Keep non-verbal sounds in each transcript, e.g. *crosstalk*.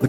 The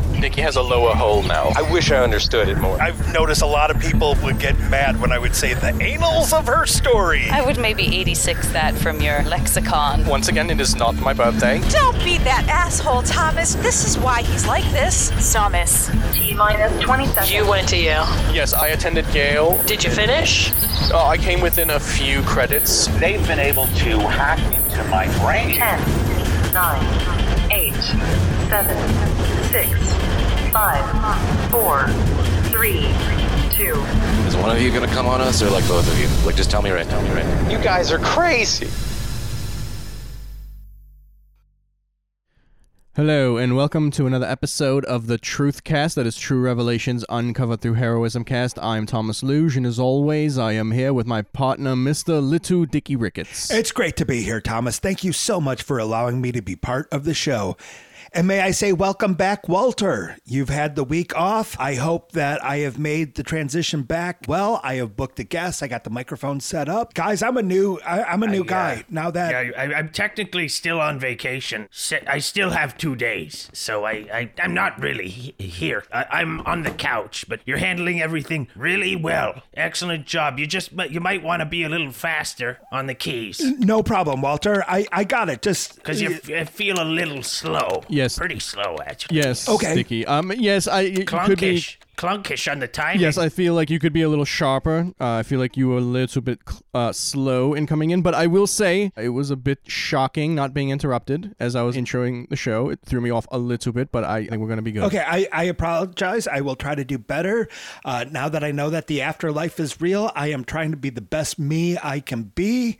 Nikki has a lower hole now. I wish I understood it more. I've noticed a lot of people would get mad when I would say the annals of her story. I would maybe 86 that from your lexicon. Once again, it is not my birthday. Don't be that asshole, Thomas. This is why he's like this. Thomas. T minus 20 seconds. You went to Yale. Yes, I attended Yale. Did you finish? Oh, I came within a few credits. They've been able to hack into my brain. 10, 9, 8, 7, 6, five, four, three, two. Is one of you gonna come on us, or like both of you? Like, just tell me right now. Right now. You guys are crazy. Hello, and welcome to another episode of the Truth Cast. That is True Revelations Uncovered Through Heroism Cast. I'm Thomas Luge, and as always, I am here with my partner, Mr. Little Dicky Ricketts. It's great to be here, Thomas. Thank you so much for allowing me to be part of the show. And may I say, welcome back, Walter. You've had the week off. I hope that I have made the transition back well. I have booked a guest. I got the microphone set up. Guys, I'm a new, I, am a new I, guy uh, now. That yeah, I, am technically still on vacation. I still have two days, so I, I am not really here. I, am on the couch, but you're handling everything really well. Excellent job. You just, you might want to be a little faster on the keys. No problem, Walter. I, I got it. Just because you, you feel a little slow. Yeah. Yes. Pretty slow, actually. Yes. Okay. Sticky. Um. Yes. I it clunkish. Could be, clunkish on the timing. Yes, I feel like you could be a little sharper. Uh, I feel like you were a little bit uh, slow in coming in, but I will say it was a bit shocking not being interrupted as I was introing the show. It threw me off a little bit, but I think we're gonna be good. Okay. I, I apologize. I will try to do better. Uh, now that I know that the afterlife is real, I am trying to be the best me I can be,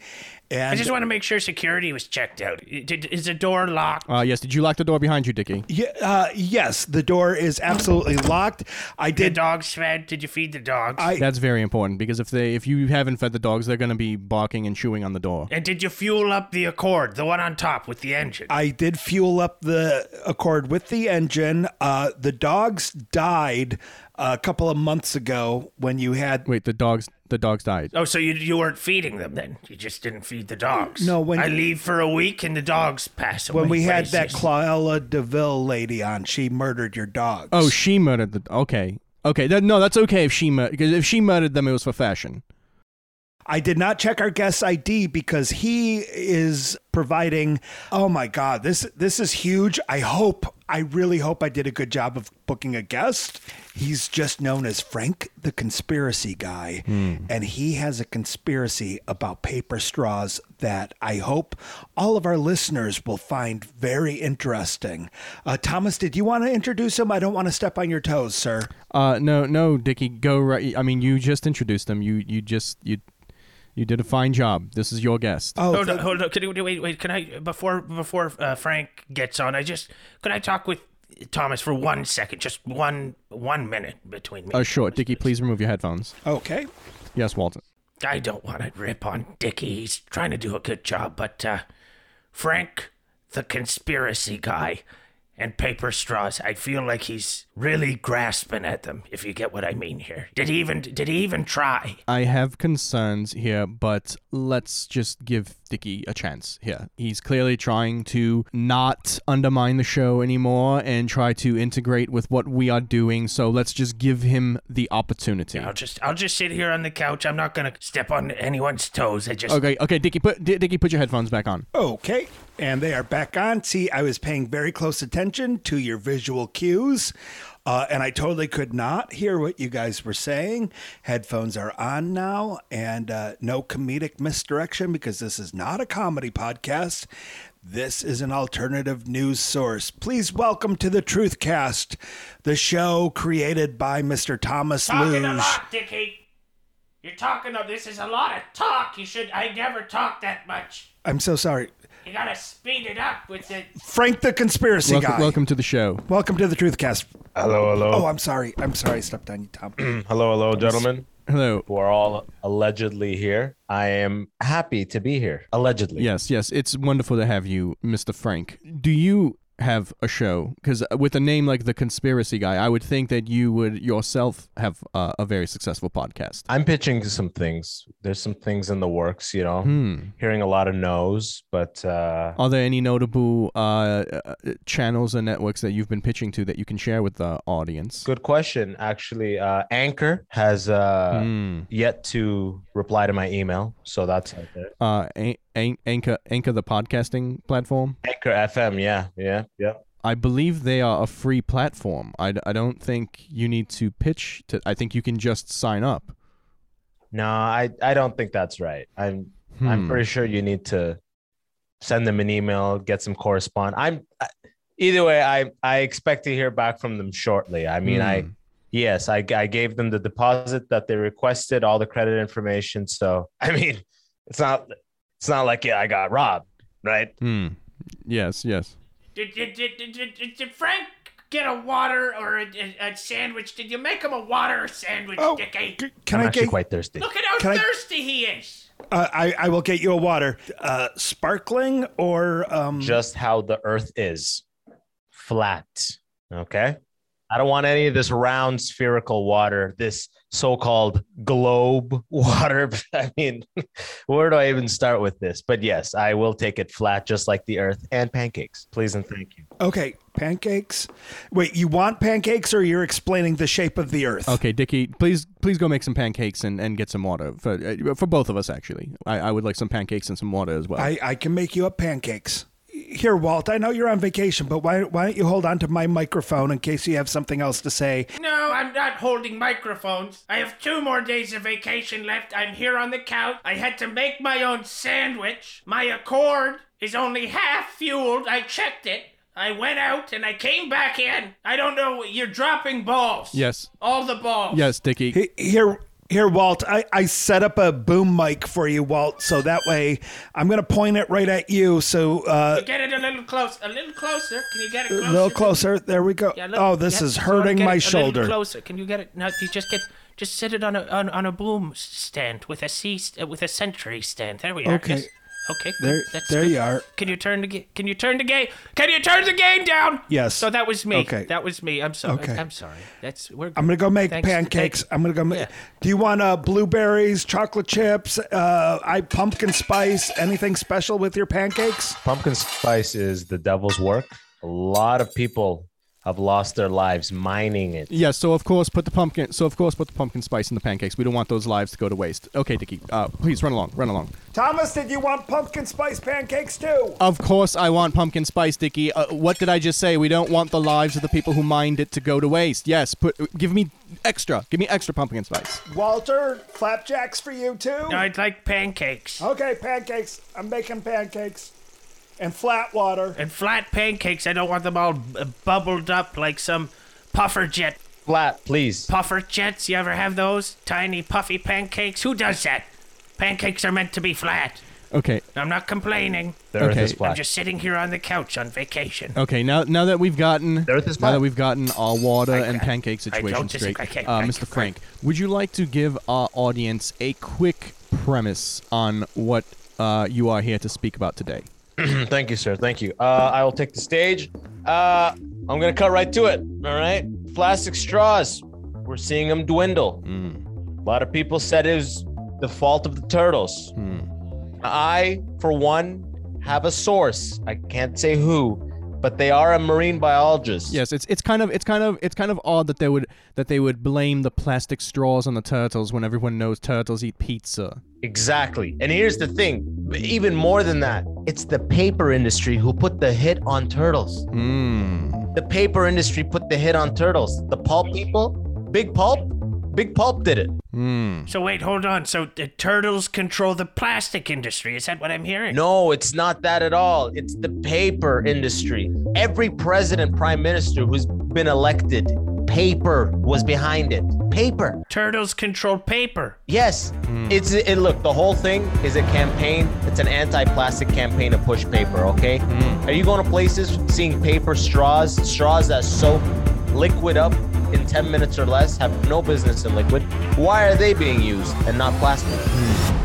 and I just want to make sure security was checked out. Did, is the door locked? Uh, yes. Did you lock the door behind you, Dickie? Yeah, uh, yes, the door is absolutely locked. I did. The dogs fed. Did you feed the dogs? I, That's very important because if they if you haven't fed the dogs, they're going to be barking and chewing on the door. And did you fuel up the Accord, the one on top with the engine? I did fuel up the Accord with the engine. Uh, the dogs died a couple of months ago when you had wait the dogs the dogs died oh so you, you weren't feeding them then you just didn't feed the dogs no when i leave for a week and the dogs pass away when we places. had that Cloella Deville lady on she murdered your dogs oh she murdered the okay okay that, no that's okay if she murdered because if she murdered them it was for fashion I did not check our guest's ID because he is providing. Oh my God, this this is huge. I hope, I really hope I did a good job of booking a guest. He's just known as Frank the Conspiracy Guy, mm. and he has a conspiracy about paper straws that I hope all of our listeners will find very interesting. Uh, Thomas, did you want to introduce him? I don't want to step on your toes, sir. Uh, no, no, Dickie, go right. I mean, you just introduced him. You you just you you did a fine job. This is your guest. Oh, hold on, hold on. Can you, wait, wait. Can I before before uh, Frank gets on? I just could I talk with Thomas for one second, just one one minute between me. Oh, uh, sure, Dicky. Please remove your headphones. Okay. Yes, Walton. I don't want to rip on Dicky. He's trying to do a good job, but uh, Frank, the conspiracy guy, and paper straws. I feel like he's really grasping at them, if you get what I mean here. Did he even did he even try? I have concerns here, but let's just give Dicky a chance here. He's clearly trying to not undermine the show anymore and try to integrate with what we are doing, so let's just give him the opportunity. Yeah, I'll just I'll just sit here on the couch. I'm not gonna step on anyone's toes. I just Okay, okay, Dicky put D- Dicky put your headphones back on. Okay. And they are back on. See, I was paying very close attention to your visual cues. Uh, and I totally could not hear what you guys were saying. Headphones are on now, and uh, no comedic misdirection because this is not a comedy podcast. This is an alternative news source. Please welcome to the Truthcast, the show created by Mr. Thomas Talking a Luge. lot, Dickie. You're talking of this is a lot of talk. You should. I never talk that much. I'm so sorry. You gotta speed it up with the. Frank the conspiracy welcome, guy. welcome to the show. Welcome to the Truthcast. Hello, hello. Oh, I'm sorry. I'm sorry. I stepped on you, Tom. hello, hello, gentlemen. Hello. Who are all allegedly here. I am happy to be here. Allegedly. Yes, yes. It's wonderful to have you, Mr. Frank. Do you have a show? Because with a name like The Conspiracy Guy, I would think that you would yourself have uh, a very successful podcast. I'm pitching some things. There's some things in the works, you know. Hmm. Hearing a lot of no's, but uh Are there any notable uh, uh, channels and networks that you've been pitching to that you can share with the audience? Good question. Actually, uh, Anchor has uh, Hmm. yet to reply to my email, so that's out there. Uh, An- An- Anchor, Anchor, the podcasting platform. Anchor FM, yeah, yeah, yeah. I believe they are a free platform. I, I don't think you need to pitch to. I think you can just sign up. No, I I don't think that's right. I'm I'm Hmm. pretty sure you need to send them an email, get some correspond. I'm I, either way, I I expect to hear back from them shortly. I mean, I Hmm. yes, I I gave them the deposit that they requested, all the credit information. So I mean, it's not it's not like yeah, I got robbed, right? Hmm. Yes. Yes. Did, did, did, did, did, did, did Frank get a water or a, a, a sandwich? Did you make him a water sandwich, Dickie? Can I'm I actually get- quite thirsty. Look at how Oh, Can I- thirsty he is. Uh, I, I will get you a water. Uh, sparkling or. Um, Just how the Earth is, flat. Okay, I don't want any of this round spherical water. This so-called globe *laughs* water. I mean, *laughs* where do I even start with this? But yes, I will take it flat, just like the Earth, and pancakes, please and thank you. Okay, pancakes. Wait, you want pancakes or you're explaining the shape of the earth? Okay, Dickie, please please go make some pancakes and, and get some water for uh, for both of us actually. I, I would like some pancakes and some water as well. I, I can make you up pancakes. Here, Walt, I know you're on vacation, but why, why don't you hold on to my microphone in case you have something else to say? No, I'm not holding microphones. I have two more days of vacation left. I'm here on the couch. I had to make my own sandwich. My Accord is only half fueled. I checked it. I went out and I came back in. I don't know. You're dropping balls. yes. All the balls. Yes, Dickie. He- Here, here, Walt, I, I set up a boom mic for you, Walt, so that way I'm going to point it right at you. So uh, Get it a little close. A little closer. Can you get it a closer? little closer. There we go. Yeah, a little- Oh, this yeah, is so hurting get it a my little shoulder. Closer. Can you get it? No, you just get. Just sit it on a on, on a boom stand with a C st- with a century stand. There we are. Okay. Yes. Okay. good. There, That's there good. you are. Can you turn the ga- Can you turn the game? Can you turn the game down? Yes. So that was me. Okay. That was me. I'm sorry. Okay. I'm sorry. That's we're. I'm gonna go make Thanks. pancakes. I'm gonna go make. Do you want uh, blueberries, chocolate chips, uh, I pumpkin spice, anything special with your pancakes? Pumpkin spice is the devil's work. A lot of people have lost their lives mining it. Yes, so of course put the pumpkin so of course put the pumpkin spice in the pancakes. We don't want those lives to go to waste. Okay, Dickie, uh, please run along, run along. Thomas, did you want pumpkin spice pancakes too? Of course I want pumpkin spice, Dickie. Uh, what did I just say? We don't want the lives of the people who mined it to go to waste. Yes, put give me extra. Give me extra pumpkin spice. Walter, flapjacks for you too. No, I'd like pancakes Okay, pancakes. I'm making pancakes, and flat water. and flat pancakes. I don't want them all b- bubbled up like some puffer jet. Flat, please. Puffer jets. You ever have those tiny puffy pancakes? Who does that? Pancakes are meant to be flat. Okay. I'm not complaining. The Earth Okay. is flat. I'm just sitting here on the couch on vacation. *laughs* Okay, now now that we've gotten now flat. that we've gotten our water and pancake I don't situation straight, disagree. I can't- uh, I Mr. Frank, would you like to give our audience a quick premise on what uh, you are here to speak about today? *clears throat* Thank you, sir. Thank you. Uh, I will take the stage. Uh, I'm going to cut right to it. All right. Plastic straws. We're seeing them dwindle. Hmm. A lot of people said it was the fault of the turtles. Hmm. I, for one, have a source. I can't say who, but they are a marine biologist. Yes, it's it's kind of it's kind of it's kind of odd that they would that they would blame the plastic straws on the turtles when everyone knows turtles eat pizza. Exactly. And here's the thing even more than that, it's the paper industry who put the hit on turtles. The paper industry put the hit on turtles. The pulp people, big pulp, big pulp did it. Hmm. So wait, hold on. So the turtles control the plastic industry. Is that what I'm hearing? No, it's not that at all. It's the paper industry. Every president, prime minister who's been elected, paper was behind it. Paper. Turtles control paper. Yes. It's it, look, the whole thing is a campaign. It's an anti-plastic campaign to push paper, okay? Are you going to places seeing paper straws, straws that soak liquid up in 10 minutes or less have no business in liquid? Why are they being used and not plastic?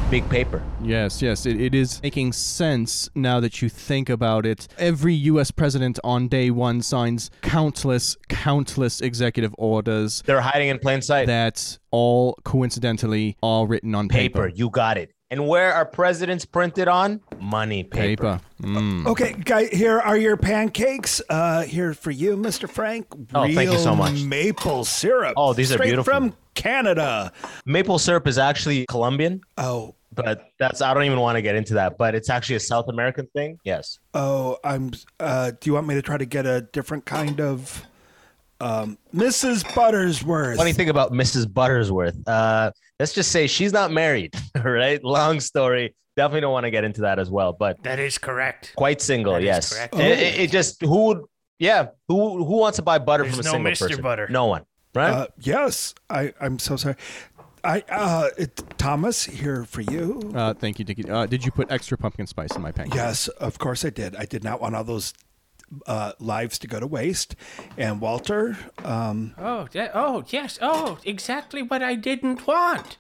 Big paper. Yes, yes, it, it is making sense now that you think about it. Every U.S. president on day one signs countless, countless executive orders. They're hiding in plain sight. That all coincidentally all written on paper. Paper, you got it. And where are presidents printed on? Money paper. Mm. Okay, guy, here are your pancakes. Uh, here for you, Mr. Frank. Oh, thank you so Real much. Maple syrup. Oh, these are Straight beautiful. from Canada. Maple syrup is actually Colombian, Oh, but that's I don't even want to get into that. But it's actually a South American thing. Yes. oh, I'm. Uh, do you want me to try to get a different kind of um, Mrs. Buttersworth? Funny thing about Mrs. Buttersworth. Uh, let's just say she's not married, *laughs* right? Long story. Definitely don't want to get into that as well, but That is correct. quite single. That is yes. It, correct. it- it just who would yeah who who wants to buy butter There's from a no single Mr. person? Butter. No one. Right. Uh, yes, I. I'm so sorry. I. Uh, it, Thomas, here for you. Uh, thank you, Dickie. Uh, did you put extra pumpkin spice in my pancake? Yes, of course I did. I did not want all those uh, lives to go to waste. And Walter, um, Oh, that, oh, yes. Oh, exactly what I didn't want.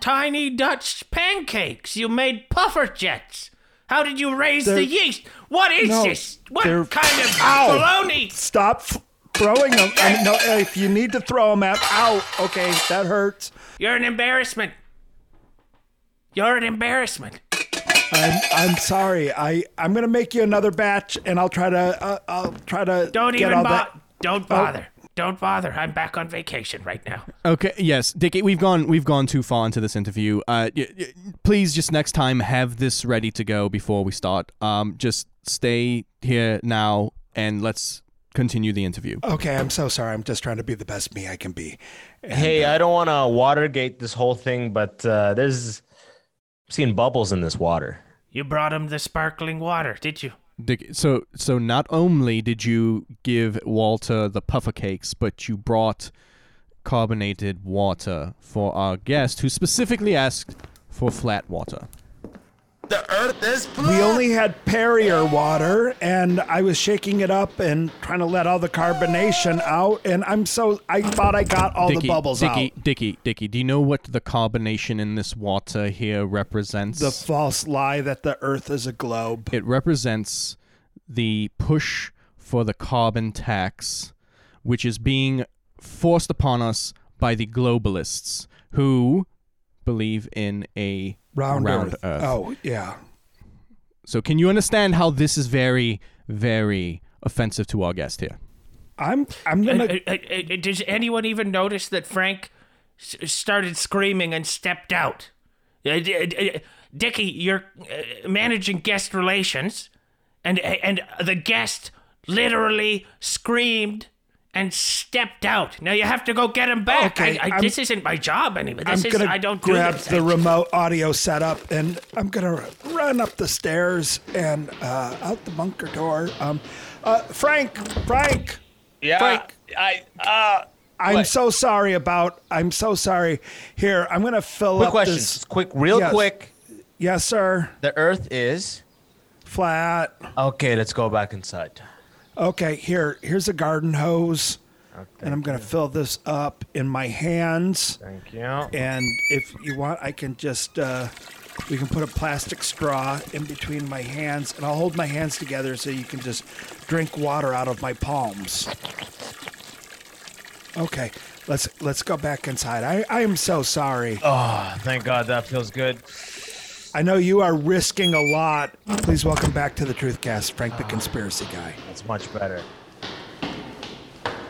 Tiny Dutch pancakes. You made puffer jets. How did you raise They're- the yeast? What is no, this? What they're- kind of Ow! baloney? stop f- throwing them. I- no, if you need to throw them out, ow. Okay, that hurts. You're an embarrassment. You're an embarrassment. I'm I'm sorry. I I'm gonna make you another batch, and I'll try to uh, I'll try to Don't get even all bother. that. Oh. Don't bother. Don't bother. I'm back on vacation right now. Okay. Yes, Dickie. We've gone. We've gone too far into this interview. Uh, y- y- please, just next time, have this ready to go before we start. Um, just stay here now, and let's continue the interview. Okay, I'm so sorry. I'm just trying to be the best me I can be. Hey, uh, I don't want to Watergate this whole thing, but uh, there's I'm seeing bubbles in this water. You brought him the sparkling water, did you? Dick, so so not only did you give Walter the puffer cakes, but you brought carbonated water for our guest, who specifically asked for flat water. The earth is blue. We only had Perrier water, and I was shaking it up and trying to let all the carbonation out. And I'm so I thought I got all the Dickie, bubbles Dickie, out. Dickie, Dickie, do you know what the carbonation in this water here represents? The false lie that the Earth is a globe. it represents the push for the carbon tax, which is being forced upon us by the globalists who believe in a Round, round Earth. Oh yeah. So, can you understand how this is very, very offensive to our guest here? I'm I'm Uh, gonna. uh, uh, uh, Does anyone even notice that Frank s- started screaming and stepped out? Uh, d- d- uh, Dickie, you're uh, managing guest relations, and uh, and the guest literally screamed and stepped out. Now you have to go get him back. Okay, I, I, I'm- this isn't my job anyway. I'm This is gonna I don't do grab this. the remote audio setup and I'm gonna run up the stairs and uh, out the bunker door. Um, uh, Frank, Frank, Yeah. Frank. I uh I'm What? so sorry about. I'm so sorry. Here, I'm gonna fill quick up question. this. Quick real Yes. quick. Yes, sir. The earth is Flat. Okay, let's go back inside. Okay, here, here's a garden hose, Oh, and I'm gonna fill this up in my hands. Thank you. And if you want, I can just uh, we can put a plastic straw in between my hands, and I'll hold my hands together so you can just drink water out of my palms. Okay, let's let's go back inside. I I am so sorry. Oh, thank God that feels good. I know you are risking a lot. Please welcome back to the Truthcast, Frank the Conspiracy Guy. That's much better.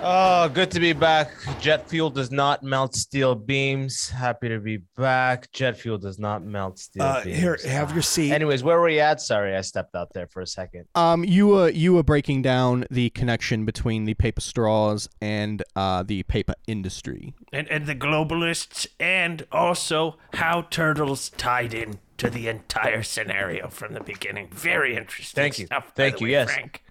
Oh, good to be back. Jet fuel does not melt steel beams. Happy to be back. Jet fuel does not melt steel Uh, beams. here, have your seat. Anyways, where were we at? Sorry, I stepped out there for a second. Um, you were you were breaking down the connection between the paper straws and uh, the paper industry. and, and the globalists, and also how turtles tied in to the entire scenario from the beginning. Very interesting. Thank you. Stuff, by Thank the you. way, yes. Frank.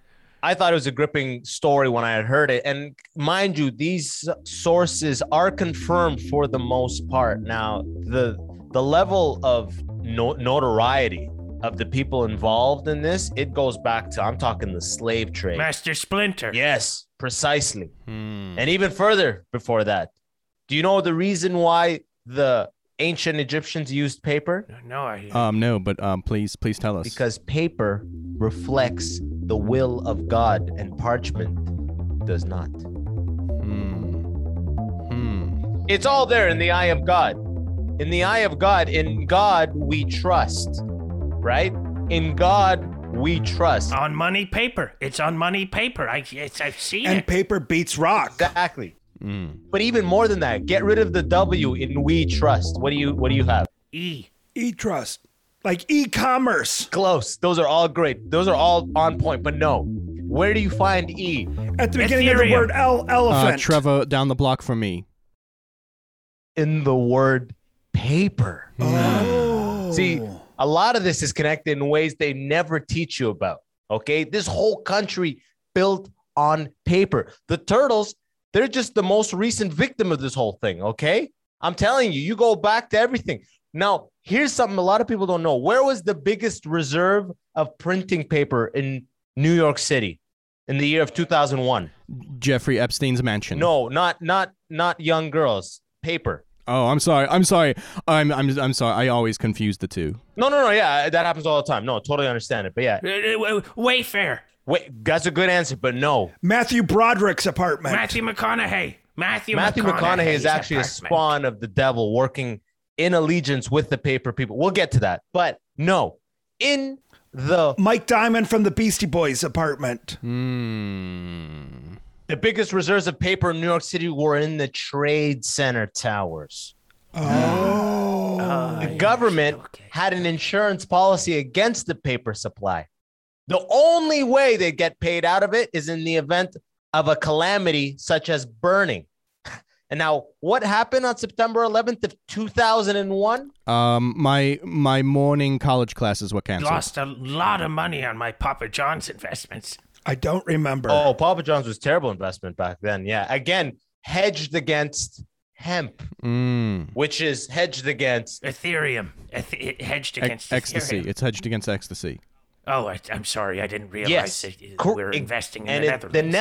I thought it was a gripping story when I had heard it. And mind you, these sources are confirmed for the most part. Now, the the level of no- notoriety of the people involved in this, it goes back to I'm talking the slave trade. Master Splinter. Yes, precisely. Hmm. And even further before that. Do you know the reason why the ancient Egyptians used paper? No, I Uh, Um, no, but um, please please tell us. because paper reflects the will of God and parchment does not. Hmm. It's all there in the eye of God. In the eye of God, in God we trust, right? In God we trust. Ah. On money paper. It's on money paper. I, it's, I've seen And it. Paper beats rock. Exactly. Hmm. But even more than that, get rid of the W in we trust. What do you what do you have? E. E trust. Like e-commerce. Close. Those are all great. Those are all on point, but no. Where do you find E? At the beginning of the word el- elephant. Uh, Trevor, down the block from me. In the word paper. Oh. Hmm. See, a lot of this is connected in ways they never teach you about. Okay. This whole country built on paper. The turtles, they're just the most recent victim of this whole thing. Okay. I'm telling you, you go back to everything. Now, here's something a lot of people don't know. Where was the biggest reserve of printing paper in New York City in the year of 2001? Jeffrey Epstein's mansion. No, not not not young girls. Paper. Oh, I'm sorry. I'm sorry. I'm I'm I'm sorry. I always confuse the two. No, no, no. Yeah, that happens all the time. No, totally understand it. But Uh, yeah, Wayfair. Wait, that's a good answer, but no. Matthew Broderick's apartment. Matthew McConaughey. Matthew, Matthew McConaughey, is actually apartment. a spawn of the devil working in allegiance with the paper people. We'll get to that. But no, in the Mike Diamond from the Beastie Boys apartment. Mm. the biggest reserves of paper in New York City were in the Trade Center towers. Oh. the government had an insurance policy against the paper supply. The only way they get paid out of it is in the event of a calamity such as burning. *laughs* And now, what happened on September 11th of 2001? Um, my my morning college classes were canceled. Lost a lot of money on my Papa John's investments. I don't remember. Oh, Papa John's was terrible investment back then. Yeah, again, hedged against hemp, Hmm. which is hedged against Ethereum, Eth- it hedged Ex- against ecstasy. Ethereum. It's hedged against ecstasy. Oh, I, I'm sorry, I didn't realize Yes, that uh, cor- we're ex- investing in and the it- the Netherlands.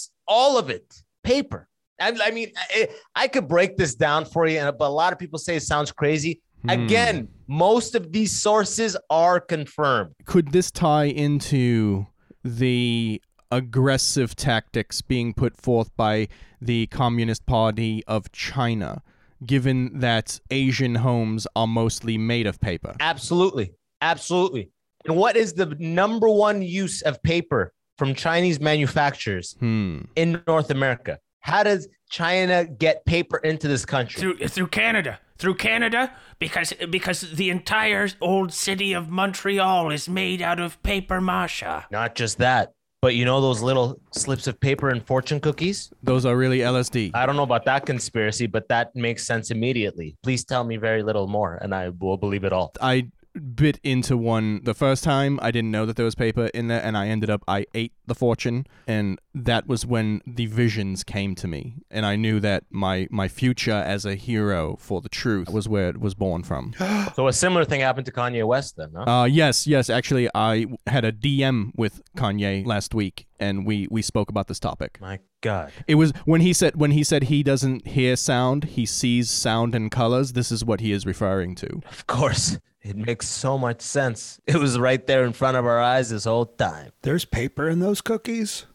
Netherlands, all of it, paper. I, I mean, I, I could break this down for you, and but a lot of people say it sounds crazy. Hmm. Again, most of these sources are confirmed. Could this tie into the aggressive tactics being put forth by the Communist Party of China, given that Asian homes are mostly made of paper? Absolutely, absolutely. And what is the number one use of paper from Chinese manufacturers Hmm. in North America? How does China get paper into this country? through through Canada, through Canada, because because the entire old city of Montreal is made out of paper mache. Not just that, but you know those little slips of paper and fortune cookies? Those are really LSD. I don't know about that conspiracy, but that makes sense immediately. Please tell me very little more, and I will believe it all. I bit into one the first time. I didn't know that there was paper in there, and I ended up I ate the fortune, and that was when the visions came to me, and I knew that my my future as a hero for the truth was where it was born from. So a similar thing happened to Kanye West then, huh? Uh, yes, yes. Actually, I had a DM with Kanye last week, and we we spoke about this topic. My God. It was when he said when he said he doesn't hear sound, he sees sound and colors. This is what he is referring to. Of course, it makes so much sense. It was right there in front of our eyes this whole time. There's paper in those cookies.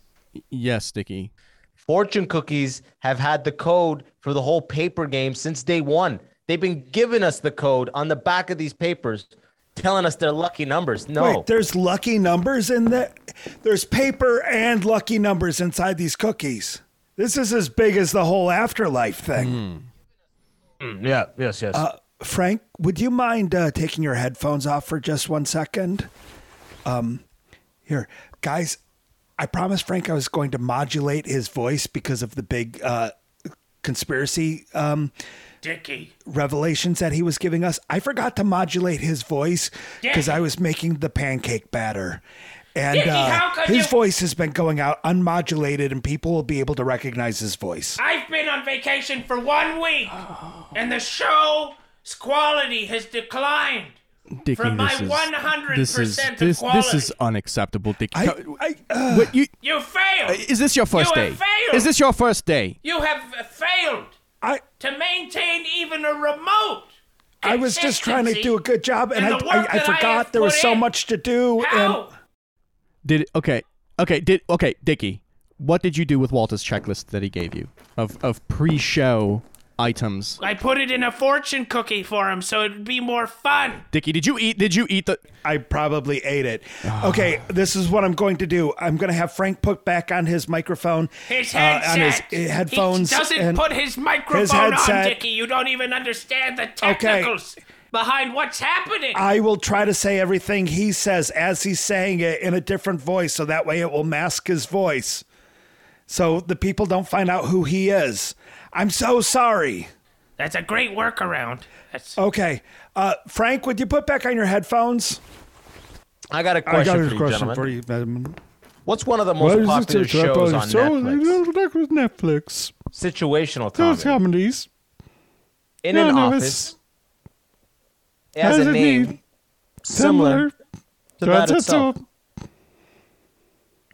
Yes, Dicky. Fortune cookies have had the code for the whole paper game since day one. They've been giving us the code on the back of these papers, telling us their lucky numbers. No. Wait, there's lucky numbers in that. There's paper and lucky numbers inside these cookies. This is as big as the whole afterlife thing. Mm, yeah. Yes. Yes. Uh, Frank, would you mind uh, taking your headphones off for just one second? Um, here, guys, I promised Frank I was going to modulate his voice because of the big uh, conspiracy um, Dickie. revelations that he was giving us. I forgot to modulate his voice because I was making the pancake batter. And Dickie, uh, how could his you- voice has been going out unmodulated, and people will be able to recognize his voice. I've been on vacation for one week, Oh. and the show's quality has declined. Dickie, From my this is 100% this is of this, this is quality. unacceptable, Dickie. I, uh, Wait, you, You failed. is this your first you day? Have failed. Is this your first day? You have failed. I to maintain even a remote. I was just trying to do a good job, and And I, the I, work I that I forgot have there was put so in. much to do. How? Did it, okay, okay, did okay, Dickie. What did you do with Walter's checklist that he gave you of of pre-show items? I put it in a fortune cookie for him, so it'd be more fun. Dickie, did you eat? Did you eat the? I probably ate it. And okay, this is what I'm going to do. I'm going to have Frank put back on his microphone, His uh, headset. on his uh, headphones. He doesn't and put his microphone headset. on, Dickie. You don't even understand the Okay. technicals behind what's happening. I will try to say everything he says as he's saying it in a different voice, so that way it will mask his voice, so the people don't find out who he is. I'm so sorry. That's a great workaround. That's Okay, uh, Frank, would you put back on your headphones? I got a I question, got for, a you, question gentlemen. for you, madam. What's one of the most popular shows on Netflix? Netflix? Netflix. Situational comedy. comedies. In an None of office. us It has has a a name name similar to that itself.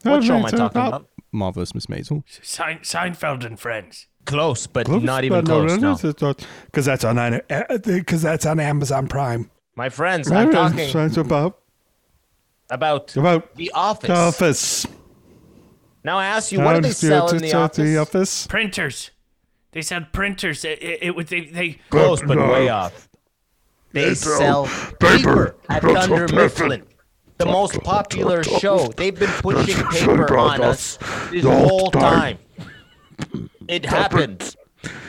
What show am I Everything talking about- about? Marvelous Miss Maisel. Sein- Seinfeld and Friends. Close, but not even close. No. Because that's on because that's on Amazon Prime. My friends, I'm talking about about about The Office. office. Now I ask you, what do they sell in the office? office? Printers. They said printers. It, it, it was they. they Close, but way off. They sell paper at Thunder Mifflin. The most popular show. They've been pushing paper on us this whole time. It happened.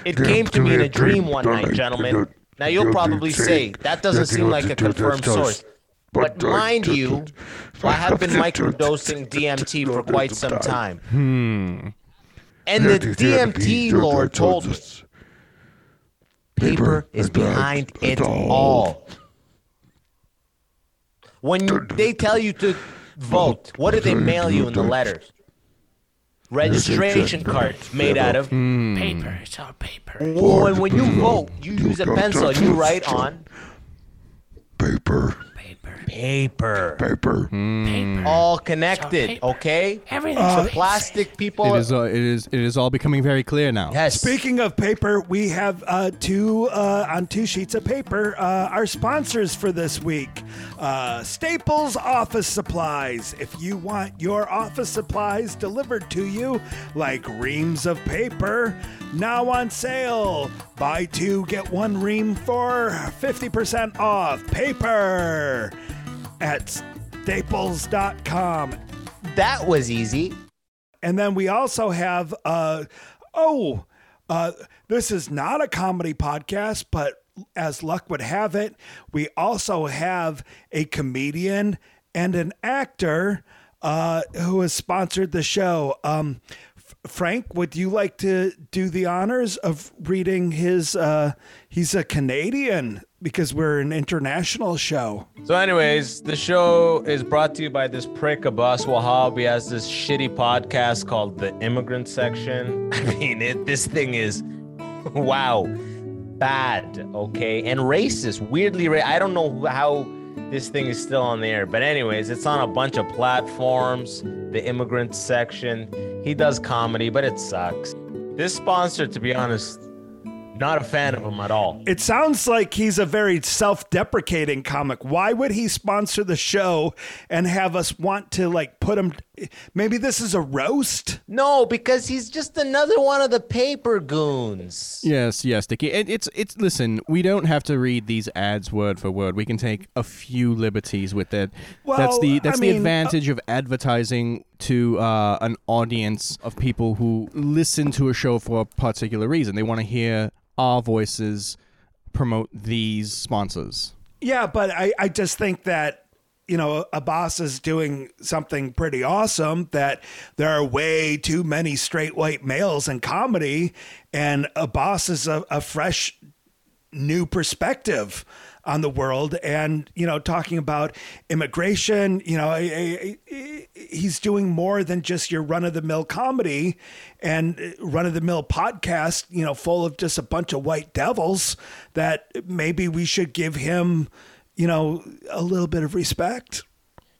It came to me in a dream one night, gentlemen. Now you'll probably say that doesn't seem like a confirmed source. But mind you, *laughs* I have been *laughs* microdosing DMT for quite some time. Hmm. And the DMT lord told me paper is behind it all. When you- they tell you to vote, what do they mail you in the letters? Registration cards made out of paper. It's all paper. Uh, Oh, and when you vote, you use a pencil and you write on paper. Paper. Paper. All connected, okay? uh. Everything's the plastic people. Uh, It is. Uh, it is. It is all becoming very clear now. Yes. Speaking of paper, we have uh, two uh, on two sheets of paper. Uh, our sponsors for this week, uh, Staples Office Supplies. If you want your office supplies delivered to you, like reams of paper, now on sale. Buy two get one ream for fifty percent off. Paper at Staples.com. That was easy. And then we also have, uh, oh, uh, this is not a comedy podcast, but as luck would have it, we also have a comedian and an actor uh, who has sponsored the show. Um, F- Frank, would you like to do the honors of reading his? Uh, he's a Canadian because we're an international show. So, anyways, the show is brought to you by this prick Abbas Wahab. He has this shitty podcast called The Immigrant Section. *laughs* I mean, it, this thing is *laughs* wow, bad, okay, and racist. Weirdly, ra- I don't know how this thing is still on the air, but anyways, it's on a bunch of platforms. The Immigrant Section. He does comedy, but it sucks. This sponsor, to be honest, not a fan of him at all. It sounds like he's a very self deprecating comic. Why would he sponsor the show and have us want to like put him? Maybe this is a roast? No, because he's just another one of the paper goons. Yes, yes, Dickie. It, it's it's. Listen, we don't have to read these ads word for word. We can take a few liberties with it. that's Well, the that's I the mean, uh, advantage of advertising to uh, an audience of people who listen to a show for a particular reason. They want to hear our voices promote these sponsors. Yeah, but I, I just think that, you know, Abbas is doing something pretty awesome that there are way too many straight white males in comedy, and Abbas is a, a fresh new perspective on the world and you know talking about immigration you know I- I- I- he's doing more than just your run of the mill comedy and run of the mill podcast you know full of just a bunch of white devils that maybe we should give him you know a little bit of respect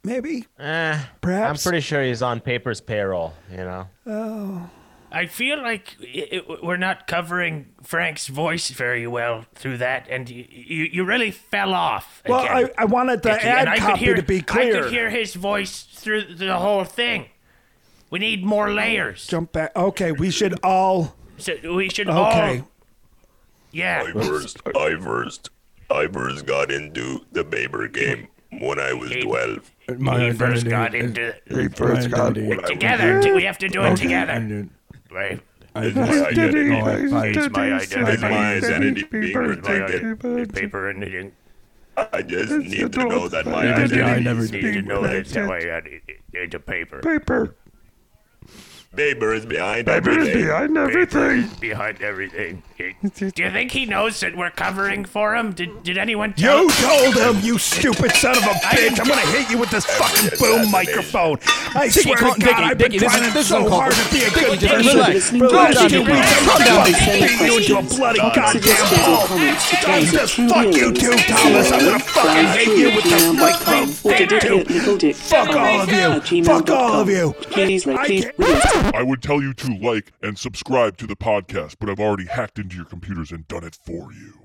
maybe Eh, Perhaps. I'm pretty sure he's on paper's payroll. You know. oh I feel like i i we're not covering Frank's voice very well through that, and you, you, you really fell off. well again, i, I wanted the Dickie, and ad I could copy hear- to be clear I could hear his voice through the whole thing. We need more layers. jump back okay we should all So we should okay all. Yeah. first, I first, I first got into the paper game when I was twelve. My He first identity got is- into- He first got Together, t- we have to do it together. Right. Is my identity, is my identity, being protected? Paper and it- I just need to know that my I identity never is need to being know that protected. I had it into paper. Paper. Paper is behind Paper is everything. behind everything. Behind everything. Do you think he knows that we're covering for him? Did, did anyone tell You told him, you stupid son of I a bitch! I'm gonna didn't- hit you with this fucking boom microphone. I Dickie, swear to come on, God, Dickie, I've been Dickie, this trying is- this is so uncalled hard for. to be a Dickie, good just person. relax. For the Calm last down, two Dickie. weeks, Calm I've down, been Dickie. beating you into a bloody goddamn ball. Don't just fuck you too, Thomas. I'm gonna fucking hit you with this microphone too. Fuck all of you. Fuck all of you. I can't. I would tell you to like and subscribe to the podcast, but I've already hacked into your computers and done it for you.